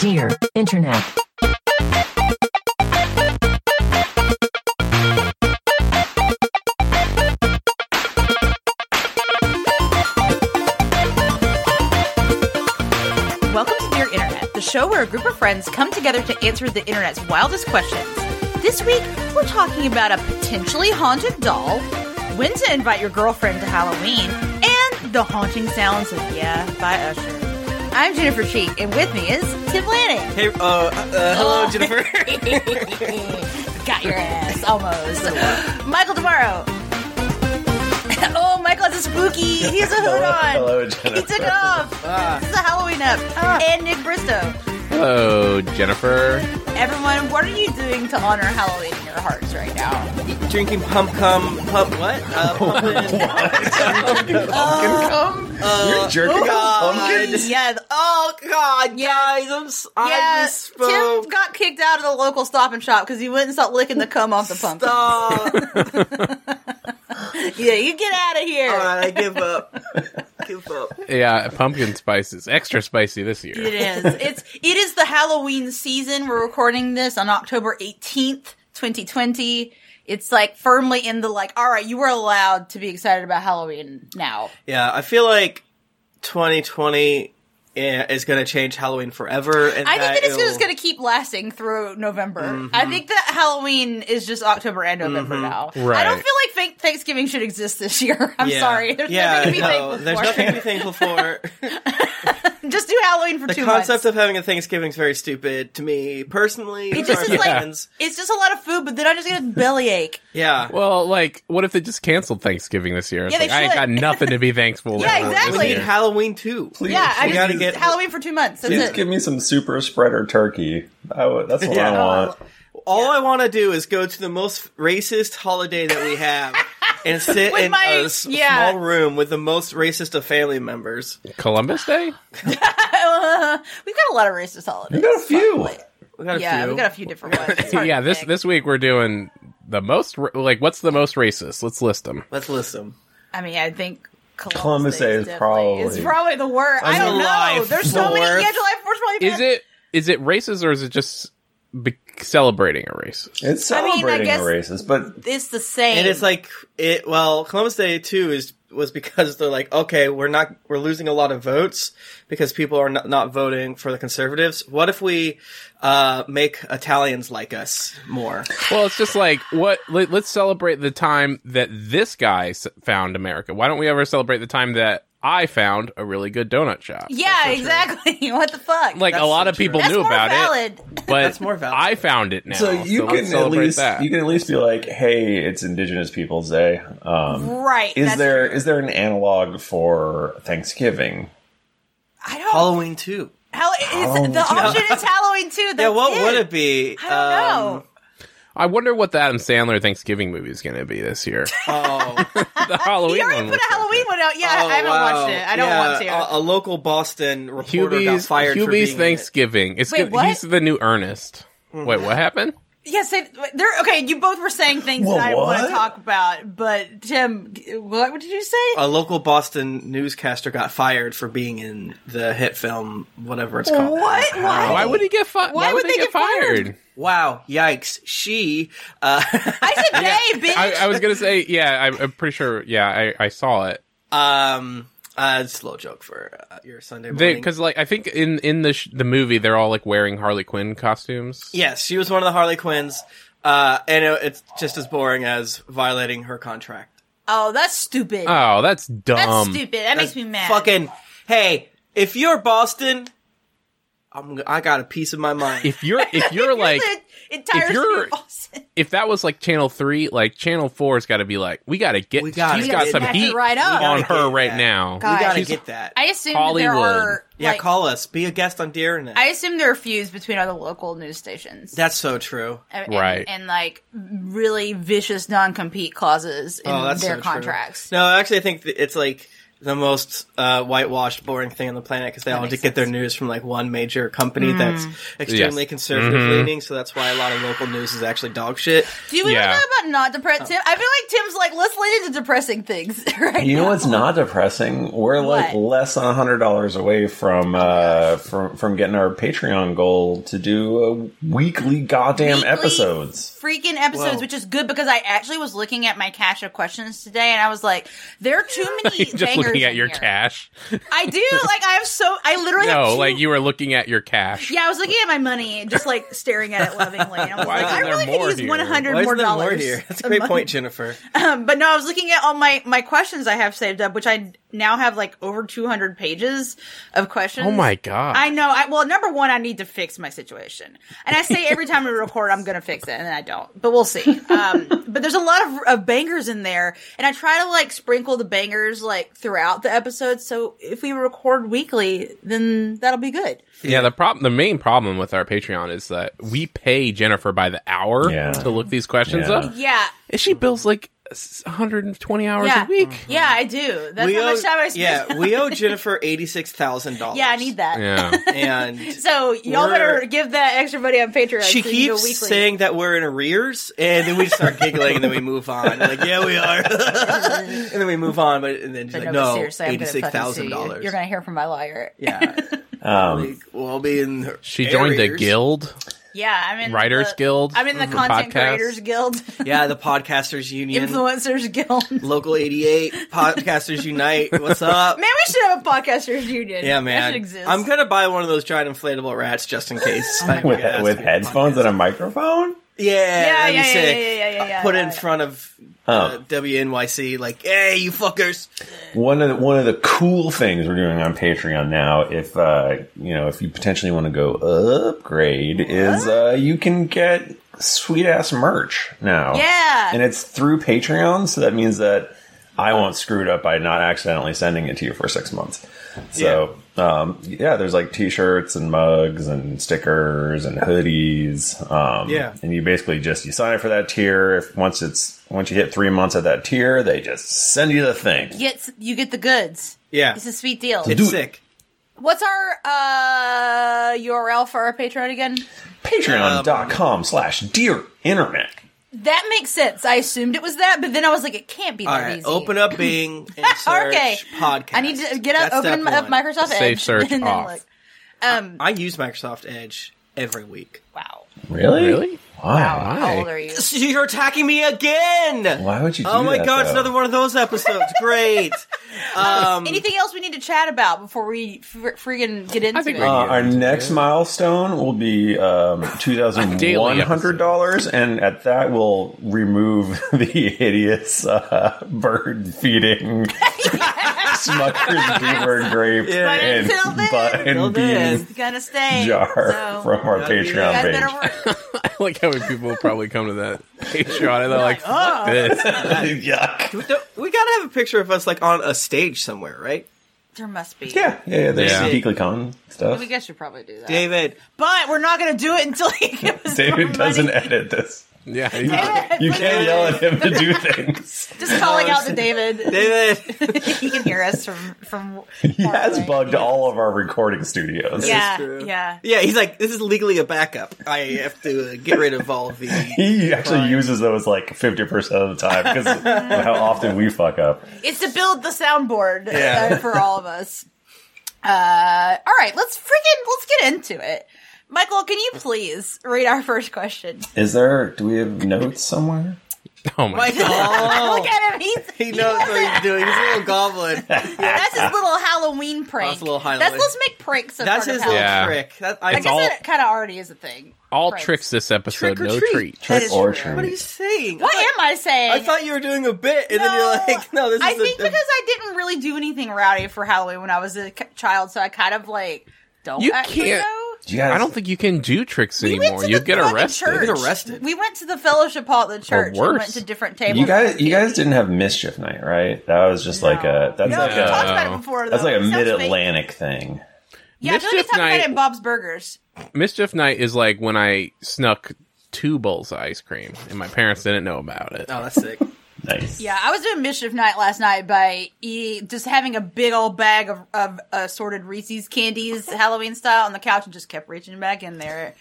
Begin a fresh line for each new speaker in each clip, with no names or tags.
Dear Internet.
Welcome to Dear Internet, the show where a group of friends come together to answer the internet's wildest questions. This week, we're talking about a potentially haunted doll, when to invite your girlfriend to Halloween, and the haunting sounds of Yeah by Usher. I'm Jennifer Cheek, and with me is Tim Lanning.
Hey, uh, uh hello, Jennifer.
Got your ass, almost. Michael Tomorrow. oh, Michael has a spooky. He has a hood
Hello-
on.
hello,
He
Jennifer. Ah.
took it off. This is a Halloween up. And Nick Bristow.
Hello, Jennifer.
Everyone, what are you doing to honor Halloween in your hearts right now?
Drinking pump cum pump what? Uh, pumpkin.
Uh, um,
You're jerking off pumpkins?
Yeah.
Oh God, guys, I'm s-
Yeah,
I
Tim
misspoke.
got kicked out of the local stop and shop because he wouldn't stop licking the cum off the pumpkin.
Stop.
Yeah, you get out of here.
All right, I give up. Give up.
Yeah, pumpkin spice is extra spicy this year.
It is. It's it is the Halloween season. We're recording this on October eighteenth, twenty twenty. It's like firmly in the like. All right, you were allowed to be excited about Halloween now.
Yeah, I feel like 2020 eh, is going to change Halloween forever. And
I think that it's
it'll- Mm-hmm.
just going to keep lasting through November. I think that Halloween is just October and November now. I don't
Right.
feel like thank- Thanksgiving should exist this year. I'm
Yeah.
sorry. There's
yeah,
nothing to be
no,
thankful
there's
for.
nothing to be thankful for.
just do Halloween for
the
two
concept
months.
of having a Thanksgiving is very stupid to me personally.
it just
Sorry,
is like
friends.
it's just a lot of food, but then I just get a bellyache.
yeah.
Well, like, what if they just canceled Thanksgiving this year? It's
Yeah, they
like, I ain't
should.
got nothing to be thankful
Yeah,
for.
exactly.
This
need
year.
Halloween too. Please.
Yeah, I
we
just
gotta get
Halloween for two months. That's
Please
it.
give me some super spreader turkey. I would, that's what
Yeah.
I want.
All I want to do is go to the most racist holiday that we have and sit
With
in
my-
a s-
yeah.
small room with the most racist of family members.
Columbus Day?
We've got a lot of racist holidays.
You got a few.
We got a
yeah,
few.
we got a few different ones. It's hard
yeah,
to
this
pick.
this week we're doing the most, ra- like, what's the most racist? Let's list them.
Let's list them.
I mean, I think Columbus,
Columbus Day is
definitely-
probably-
it's probably the worst. I don't
July
know. There's so many.
4th.
Yeah, July Fourth.
Is it is it racist or is it just be- celebrating a race?
It's
I mean, I
celebrating
guess-
the races, but
It's the same.
And it's like it. Well, Columbus Day too is was because they're like, okay, we're not we're losing a lot of votes because people are not, not voting for the conservatives. What if we uh, make Italians like us more?
Well, it's just like what. Let, let's celebrate the time that this guy s- found America. Why don't we ever celebrate the time that I found a really good donut shop?
yeah, exactly. what the fuck?
like a
That's
lot of
so true.
people
That's
knew
more
about it,
valid.
but
That's more valid.
I found it now.
so you
let's
can at
celebrate
least
that.
you can at least be like, hey, it's Indigenous Peoples Day. Um,
right?
is
that's-
there is there an analog for Thanksgiving?
I don't.
Halloween too.
How is the
Halloween.
option is Halloween too?
Yeah, what would it
it
be? Um,
I don't know.
I wonder what the Adam Sandler Thanksgiving movie is going to be this year.
Oh.
the Halloween
He already
one.
put
looks
a Halloween one out. Yeah, I-
Oh,
I haven't
wow.
watched it. I don't
Yeah, uh,
want to.
A, a local Boston reporter
good.
got
Hubie's,
fired for
Hubie's
being
Thanksgiving. It's
Wait,
gonna-
what?
he's the new Ernest.
Hmm.
Wait, what happened?
Yes, they, they're okay. You both were saying things
Whoa,
that I want to
what?
talk about, but Tim, what did you say?
a local Boston newscaster got fired for being in the hit film, whatever it's called.
What? Why?
Why would he get fired?
Why would they get fired?
Wow! Yikes! She. Uh,
I said, "Hey, bitch."
I, I was going to say, yeah, I'm, I'm pretty sure. Yeah, I, I saw it.
um. Uh, it's a little joke for uh, your Sunday morning.
because like I think in in the sh- the movie they're all like wearing Harley Quinn costumes.
yes, she was one of the Harley Quinns, uh, and it, it's just as boring as violating her contract.
oh, that's stupid.
Oh, that's dumb.
that's stupid. That makes me mad.
Fucking hey! If you're Boston, I'm. I got a piece of my mind.
If you're if you're like
the entire
if you're-
city of Boston.
if that was like Channel Three, like Channel Four's got to be like, we got to get.
We gotta
she's
get
got
it.
some
Back
heat
it right up.
on
We gotta
her
get
right
that.
now.
God.
we gotta
she's-
get that.
I assume that there
Hollywood.
are
Yeah,
like,
call us. Be a guest on Dear Internet.
I assume there are feuds between other local news stations.
That's so true.
and,
Right.
and, like really vicious non compete clauses in
Oh, that's so
their
true.
contracts.
No, actually, I think th- it's like the most uh, whitewashed, boring thing on the planet because they all
makes Mm.
get their news from like one major company that's extremely
Yes. Mm-hmm.
conservative leaning. So that's why a lot of local news is actually dog shit.
Do we
Yeah.
know about not depressed Tim? I feel like Tim's like, let's lean into depressing things right
You know
now.
what's not depressing? We're like
What?
less than hundred dollars away from uh, from from getting our Patreon goal to do uh, weekly goddamn
Weekly
episodes.
Freaking episodes,
Whoa.
which is good because I actually was looking at my cache of questions today, and I was like, "There are too many."
Just
bangers
looking at
in
your
here.
cash.
I do like I have so I literally have
No,
two-
like you were looking at your cash.
Yeah, I was looking at my money, and just like staring at it lovingly. And I was
Why
like,
isn't
I
there
really
more
could use
here?
one hundred
Why
more
isn't there
dollars.
more here? That's a great point, Jennifer.
Um, but no, I was looking at all my my questions I have saved up, which I now have like over two hundred pages of questions.
Oh my god.
I know. I, well, number one, I need to fix my situation, and I say every time we record, I'm going to fix it, and I don't. But we'll see. Um, but there's a lot of, of bangers in there, and I try to like sprinkle the bangers like throughout the episode. So if we record weekly, then that'll be good.
Yeah, the problem, the main problem with our Patreon is that we pay Jennifer by the hour
Yeah.
to look these questions
Yeah.
up,
Yeah,
and she bills like s- 120 hours
yeah,
a week.
yeah. I do. That's how much time I spend.
yeah, we owe Jennifer eighty six thousand dollars.
yeah. I need that.
Yeah,
And
So y'all
We're-
better give that extra money on Patreon.
she
so you can go
keeps
weekly.
saying that we're in arrears, and then we just start giggling, and then we move on. We're like, yeah, we are, and then we move on. But and then she's
But
like,
but
no,
seriously, I'm gonna
eighty
fucking
six
sue
thousand
you.
dollars.
You're going to hear from my lawyer.
Yeah,
Um,
we'll be in. her-
she joined the
arrears.
guild,
Yeah, I'm in
Writers
the,
Guild
I'm in the
for
Content
podcasts.
Creators Guild,
Yeah, the Podcasters Union,
Influencers Guild. Man,
Local eighty eight, Podcasters Unite. What's up?
we should have a podcasters union.
yeah,
That should
man.
exist.
I'm gonna buy one of those giant inflatable rats just in case.
with with headphones and a microphone.
yeah,
Yeah, that'd be
yeah, yeah,
sick.
yeah, yeah, yeah, yeah,
Put it
yeah,
in
yeah.
front of uh,
Oh,
WNYC, like, hey, you fuckers.
one of the, one of the cool things we're doing on Patreon now, if uh, you know, if you potentially want to go upgrade, is uh, you can get sweet ass merch now.
Yeah.
and it's through Patreon, so that means that I won't screw it up by not accidentally sending it to you for six months. So. Um, yeah, there's like t-shirts and mugs and stickers and hoodies. Um,
Yeah.
and you basically just, you sign up for that tier. If once it's, once you hit three months at that tier, they just send you the thing.
Get, you get the goods.
Yeah.
It's a sweet deal.
It's
Do it.
sick.
What's our uh, URL for our Patreon again?
patreon.com slash dear internet
That makes sense. I assumed it was that, but then I was like, it can't be
All
that
right,
easy.
open up Bing and search
Okay.
podcast.
I need to get up,
That's
open
step
up
one.
Microsoft
Save
Edge,
search
and then
off.
look. Um,
I use Microsoft Edge every week.
wow.
really
really?
why
How old are you?
You're attacking me again.
why would you do
Oh my
that,
god, it's
though?
another one of those episodes. Great. Um,
Anything else we need to chat about before we fr- friggin' get into
think
it?
we-
uh, our next milestone will be um,
Daily
$2,100, and at that we'll remove the hideous uh, bird feeding Smucker's Beaver grape
Yeah. But
and,
until then-
but-
Until
and
then.
bean
It's gonna stay.
jar
So,
from our
Gotta be there.
Patreon
guys
page.
better work.
I like how many people probably come to that Patreon and they're like, "Fuck
uh.
this."
Yuck.
we gotta have a picture of us like on a stage somewhere, right?
There must be.
Yeah, yeah, yeah. There's
Yeah.
some GeeklyCon stuff.
We guys should probably do that.
David,
But we're not gonna do it until he gives us more
David doesn't
money.
edit this.
Yeah,
You can't yell at him to do things.
Just calling out to David.
David.
he can hear us from from.
He has bugged all of our recording studios.
Yeah,
true.
yeah.
Yeah, he's like, this is legally a backup. I have to uh, get rid of all of the.
He actually uses those like 50% of the time because of how often we fuck up.
It's to build the soundboard
Yeah.
uh, for all of us. Uh, all right, let's freaking let's get into it. Michael, can you please read our first question?
Is there, do we have notes somewhere?
Oh my
Michael.
Look at him. He's,
He knows what he's doing. He's a little goblin.
that's his little Halloween prank.
That's a little
That's-
Halloween.
let's make pranks. a
That's
part of
his little
Halloween.
Yeah.
trick. That,
I
I,
guess that kind of already is a thing.
all
Pranks.
tricks this episode,
Trick or
no
treat.
treat.
That
Trick
is
or
true.
What are you
treat.
saying?
What am I saying?
I thought you were doing a bit, and then you're like, no, this
I
is
think
a,
because I didn't really do anything rowdy for Halloween when I was a k- child, so I kind of like don't.
You
actually
can't-
know.
Yes.
I don't think you can do tricks
We went
anymore.
to
you
the
get
fucking
arrested.
church.
Get arrested.
We went to the fellowship hall at the church. and
worse.
went to different tables.
You guys, you guys didn't have mischief night, right? That was just like a, that's
No,
like
we talked
a,
about it before. Though.
that's like a
It sounds
mid
fake.
Atlantic thing.
Yeah, I feel like we
Mischief
talked about it
Night-
in Bob's Burgers.
Mischief night is like when I snuck two bowls of ice cream and my parents didn't know about it.
Oh, that's sick.
Nice.
Yeah, I was doing mischief night last night by e- just having a big old bag of, of assorted Reese's candies, Halloween style, on the couch, and just kept reaching back in there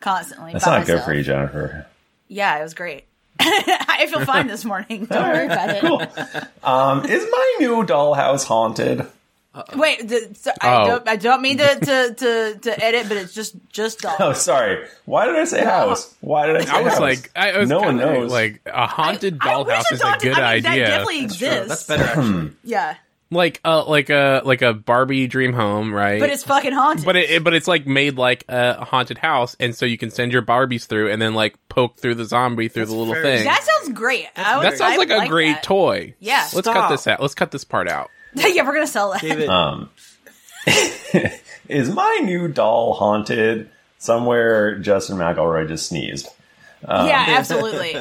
constantly.
That's
by
not good
myself.
for you, Jennifer.
Yeah, it was great. I feel fine this morning. Don't worry about it.
Um, is my new dollhouse haunted?
Wait, the, so I
Oh.
don't. I don't mean to, to, to, to edit, but it's just just dolls.
Oh, sorry. Why did I say house? Why did I say
I was
house?
like, I was
no one
kinda
knows.
Like a haunted
I wish
dollhouse
a
is
doll-
a good
I mean,
idea.
That definitely exists.
That's better. Actually.
Yeah,
Like a like a like a Barbie dream home, right?
but it's fucking haunted.
but it, it- but it's like made like a haunted house, and so you can send your Barbies through, and then like poke through the zombie through the little
fair.
thing.
that sounds great. I would,
that sounds
I
like
would
a great
that.
toy.
Yeah.
Let's
Stop.
cut this out. Let's cut this part out.
yeah, we're gonna sell that.
David,
um, is my new doll haunted? Somewhere Justin McElroy just sneezed.
yeah, absolutely.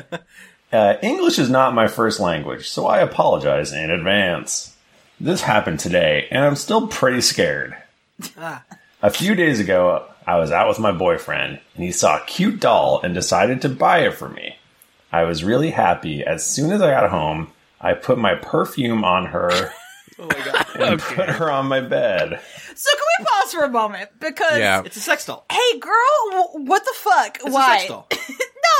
Uh, English is not my first language, so I apologize in advance. This happened today, and I'm still pretty scared. A few days ago, I was out with my boyfriend, and he saw a cute doll and decided to buy it for me. I was really happy. As soon as I got home, I put my perfume on her
oh my god,
and put her on my bed.
So can we pause for a moment because
Yeah.
it's a sex doll.
hey, girl, wh- what the fuck?
It's
Why?
a sex doll.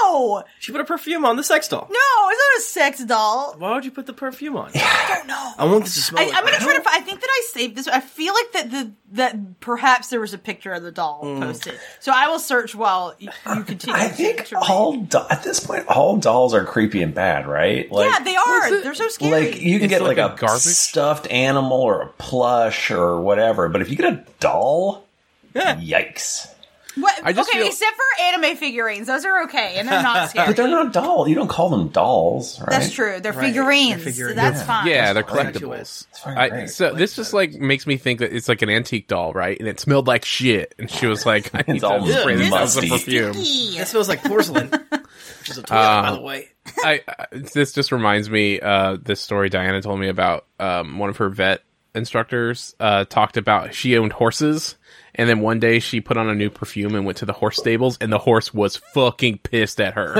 no,
She put a perfume on the sex doll.
no, it's not a sex doll.
Why would you put the perfume on?
I don't know.
I want this to smell.
I,
like
I'm gonna
that.
try to. fi- I think that I saved this. I feel like that the that perhaps there was a picture of the doll posted. So I will search while you, you continue.
Mm. I
to-
think
to read.
all do- at this point, all dolls are creepy and bad, right? Like,
yeah, they are. They're so scary.
Like you can
It's
get like,
like
a,
a garbage-
stuffed animal or a plush or whatever, but if you get a doll, yikes!
what,
I just
okay,
feel-
except for anime figurines, those are okay, and they're not scary.
But they're not doll. You don't call them dolls, right?
That's true. They're
Right,
figurines.
they're figurines.
So that's
Yeah.
fine.
Yeah, they're
Right.
collectibles.
That's fucking
I,
great.
so this just like makes me think that it's like an antique doll, right? And it smelled like shit. And she was like, "I need
all
to spray this out
musty.
some perfume."
Eee.
It smells like porcelain, which is a toy, by the way.
I, I this just reminds me uh this story Diana told me about um one of her vet instructors uh talked about she owned horses and then one day she put on a new perfume and went to the horse stables and the horse was fucking pissed at her.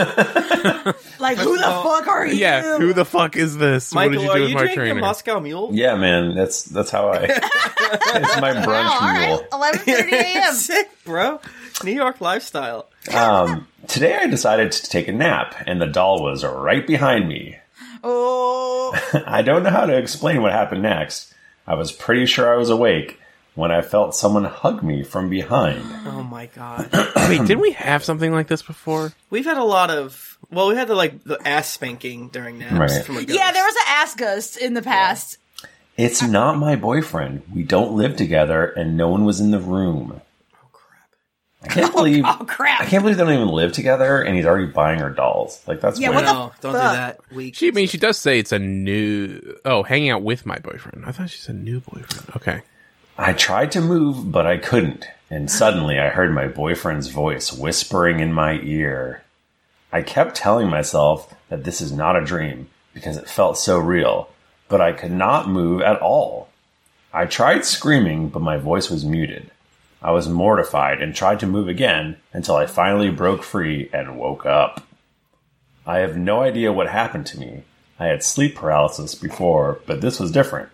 Like who the
all-
fuck are you?
yeah, who the fuck is this?
Michael,
what did you
are
do with
you
my
drinking
trainer?
a Moscow Mule?
Yeah, man. That's that's how I. it's my
Wow,
brunch
all
mule.
right. 11:30 a.m.
Sick, bro. New York lifestyle.
Um, today I decided to take a nap, and the doll was right behind me.
oh,
I don't know how to explain what happened next. I was pretty sure I was awake when I felt someone hug me from behind.
Oh my god.
Wait, didn't we have something like this before?
We've had a lot of. Well, we had the like the ass spanking during naps
Right.
from a ghost.
yeah. There was an ass ghost in the past.
It's not my boyfriend. We don't live together, and no one was in the room. I can't believe
Oh crap!
I can't believe they don't even live together, and he's already buying her dolls. Like that's
Yeah,
weird.
what the-
No, don't do
fuck?
that. We
She I mean she does say it's a new oh, hanging out with my boyfriend. I thought she said new boyfriend. Okay.
I tried to move, but I couldn't. And suddenly I heard my boyfriend's voice whispering in my ear. I kept telling myself that this is not a dream because it felt so real, but I could not move at all. I tried screaming, but my voice was muted. I was mortified and tried to move again until I finally broke free and woke up. I have no idea what happened to me. I had sleep paralysis before, but this was different.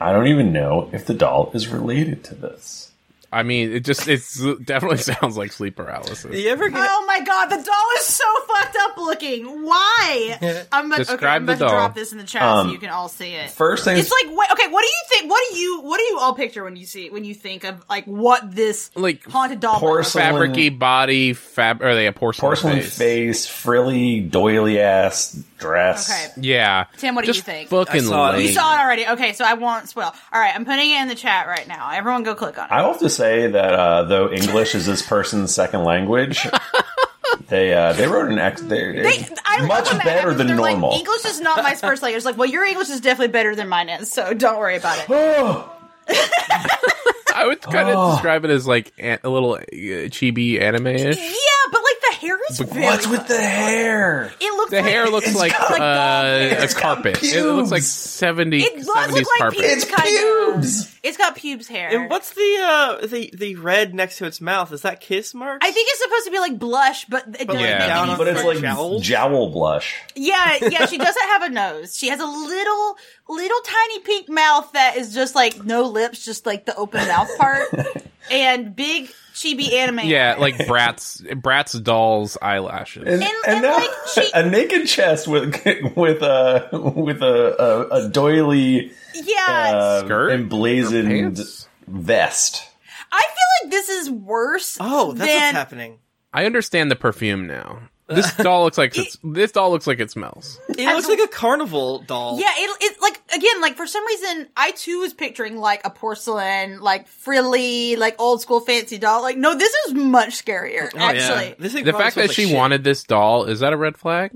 I don't even know if the doll is related to this.
I mean, it just it's definitely sounds like sleep paralysis.
You ever get?
Oh my god, the doll is so fucked up looking. Why? I'm about, okay,
Describe
I'm
the
about to
doll.
drop this in the chat so you can all see it.
Um, First thing,
It's like what? Okay, what do you think? What do you what do you all picture when you see when you think of like what this
Like,
haunted doll? might look
porcelain-
like?
fabricy body fab or they a porcelain,
porcelain face.
face.
frilly, doily ass dress.
Okay,
Yeah.
Tim, what do
Just
you think?
Fucking
I saw it.
lame.
you saw it already. Okay, so I won't spoil. All right, I'm putting it in the chat right now. Everyone, go click on it.
I will have to say that uh, though English is this person's second language, they uh, they wrote an ex. They,
They, I love
much
when that
better
happens.
than
They're like,
normal.
English is not my first language. It's like, well, your English is definitely better than mine is, so don't worry about it.
I would kind of
Oh.
describe it as like an- a little uh, chibi anime ish.
Yeah, but like the hair is
But
very
What's with the hair?
It looks
The hair looks
It's
like,
got-
uh,
It's
a
got
carpet. It looks like
pubes.
70,
It does look
70s
like
carpet.
pubes.
It's
Kind of.
pubes.
It's got pubes hair.
And what's the uh the the red next to its mouth? Is that kiss marks?
I think it's supposed to be like blush, but it doesn't
Yeah.
make
Down
any
on
But it's
Like
like
jowl?
jowl blush.
Yeah, yeah, she doesn't have a nose. She has a little, little tiny pink mouth that is just like no lips, just like the open mouth part, and big chibi anime.
Yeah, like Bratz, Bratz doll's eyelashes.
And,
And-
and
and,
now
like, she-
a naked chest with with a with a a, a doily
yeah.
uh,
Skirt?
emblazoned
Pants?
vest.
I feel like this is worse.
oh, that's what's
than-
happening.
I understand the perfume now. This doll looks like it's, this doll looks like it smells.
It looks like a carnival doll.
Yeah, it, it like again like for some reason I too was picturing like a porcelain like frilly like old school fancy doll. Like no, this is much scarier
Oh, yeah.
actually.
This thing
The
probably smells
fact that
like
she
shit.
wanted this doll is that a red flag?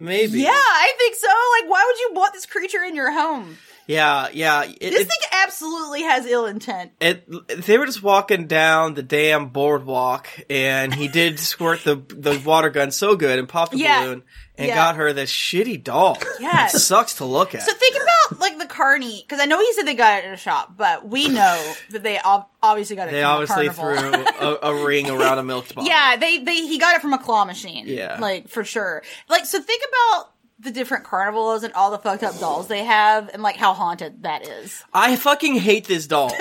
maybe.
Yeah, I think so. Like, why would you want this creature in your home?
yeah, yeah. It,
This
it-
thing absolutely has ill intent.
it- they were just walking down the damn boardwalk, and he did squirt the the water gun so good and popped the
Yeah.
balloon and
Yeah.
got her this shitty doll.
Yeah.
it sucks to look at.
So think about like the carny because I know he said they got it at a shop, but we know that they ob- obviously got it.
they
from
obviously
a
threw
carnival.
a, a ring around a milk bottle.
Yeah, they they he got it from a claw machine.
Yeah.
like for sure. Like so, think about the different carnivals and all the fucked up dolls they have, and like how haunted that is.
I fucking hate this doll.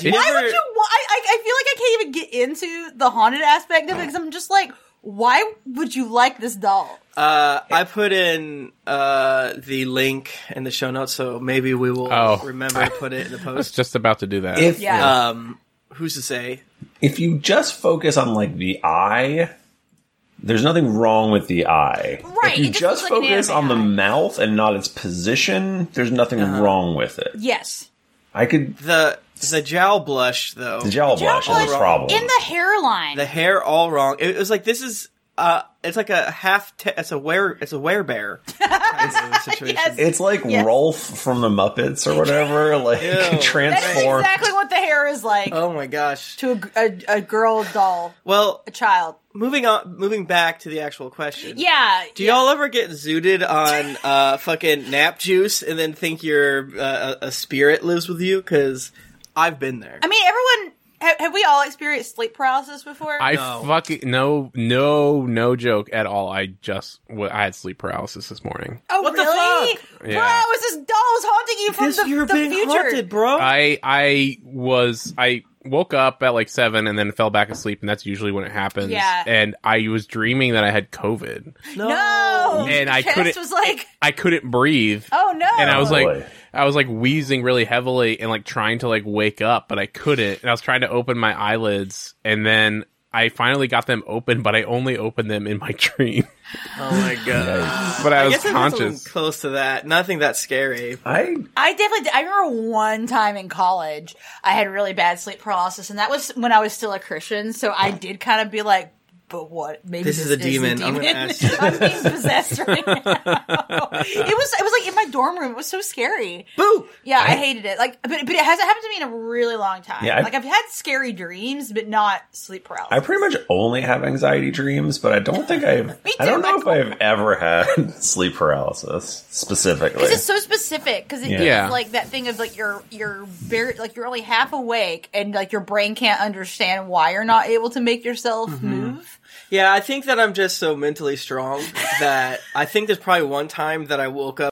Do you
Why
ever-
would you? Why I, I feel like I can't even get into the haunted aspect of it because I'm just like, why would you like this doll?
Uh, I put in uh, the link in the show notes, so maybe we will
Oh.
remember to put it in the
I was
post.
just about to do that.
If uh,
Yeah.
um, who's to say?
if you just focus on like the eye, there's nothing wrong with the eye.
Right,
If you
it just
just
looks like an
focus on
anime
the
eye. Uh-huh.
mouth and not its position, there's nothing wrong with it.
Yes,
I could
The the jowl blush though.
the jowl blush is
blush
a problem.
in the hairline.
the hair all wrong. It was like this is uh, it's like a half. Te- it's a wear. It's a wear bear kind of situation.
Yes.
it's like
Yes.
Rolf from the Muppets or whatever, like
Ew.
That's
transform.
exactly what the hair is like
Oh my gosh.
to a g a a a girl doll,
Well,
a child.
moving on. Moving back to the actual question.
Yeah,
Do y'all ever get zooted on uh, fucking nap juice and then think your uh, a a spirit lives with you? Because I've been there.
I mean, everyone. Have, have we all experienced sleep paralysis before?
I
No.
fucking no no no joke at all. I just w- I had sleep paralysis this morning.
oh,
What the
really?
fuck?
Bro,
Yeah.
is this doll's haunting you from
Because
the,
you're
the
being
future?
haunted, bro.
I I was I woke up at like seven and then fell back asleep, and that's usually when it happens.
Yeah.
And I was dreaming that I had COVID.
No,
And I
Chest
couldn't-
was like,
I couldn't breathe.
oh no.
and I was
boy.
like, I was like wheezing really heavily and like trying to like wake up, but I couldn't. And I was trying to open my eyelids, and then I finally got them open, but I only opened them in my dream.
Oh my god.
but I,
I
was
guess I've had something
conscious.
close to that. Nothing that scary.
I
I definitely. Did. I remember one time in college, I had really bad sleep paralysis, and that was when I was still a Christian. So I did kind of be like, "But what? Maybe
This is a demon. I'm gonna ask you.
I'm being possessed right now." it was. It was like in my dorm room. It was so scary.
Boo!
Yeah, I, hated it. Like, but but it hasn't happened to me in a really long time.
Yeah, I-
like I've had scary dreams, but not sleep paralysis.
I pretty much only have anxiety dreams, but I don't think I've
Me
I don't
too,
know
I-
if I've ever had sleep paralysis specifically.
Because it's so specific. Because it
Yeah.
is
Yeah.
like that thing of like you're you're very like you're only half awake and like your brain can't understand why you're not able to make yourself move.
Yeah, I think that I'm just so mentally strong that I think there's probably one time that I woke up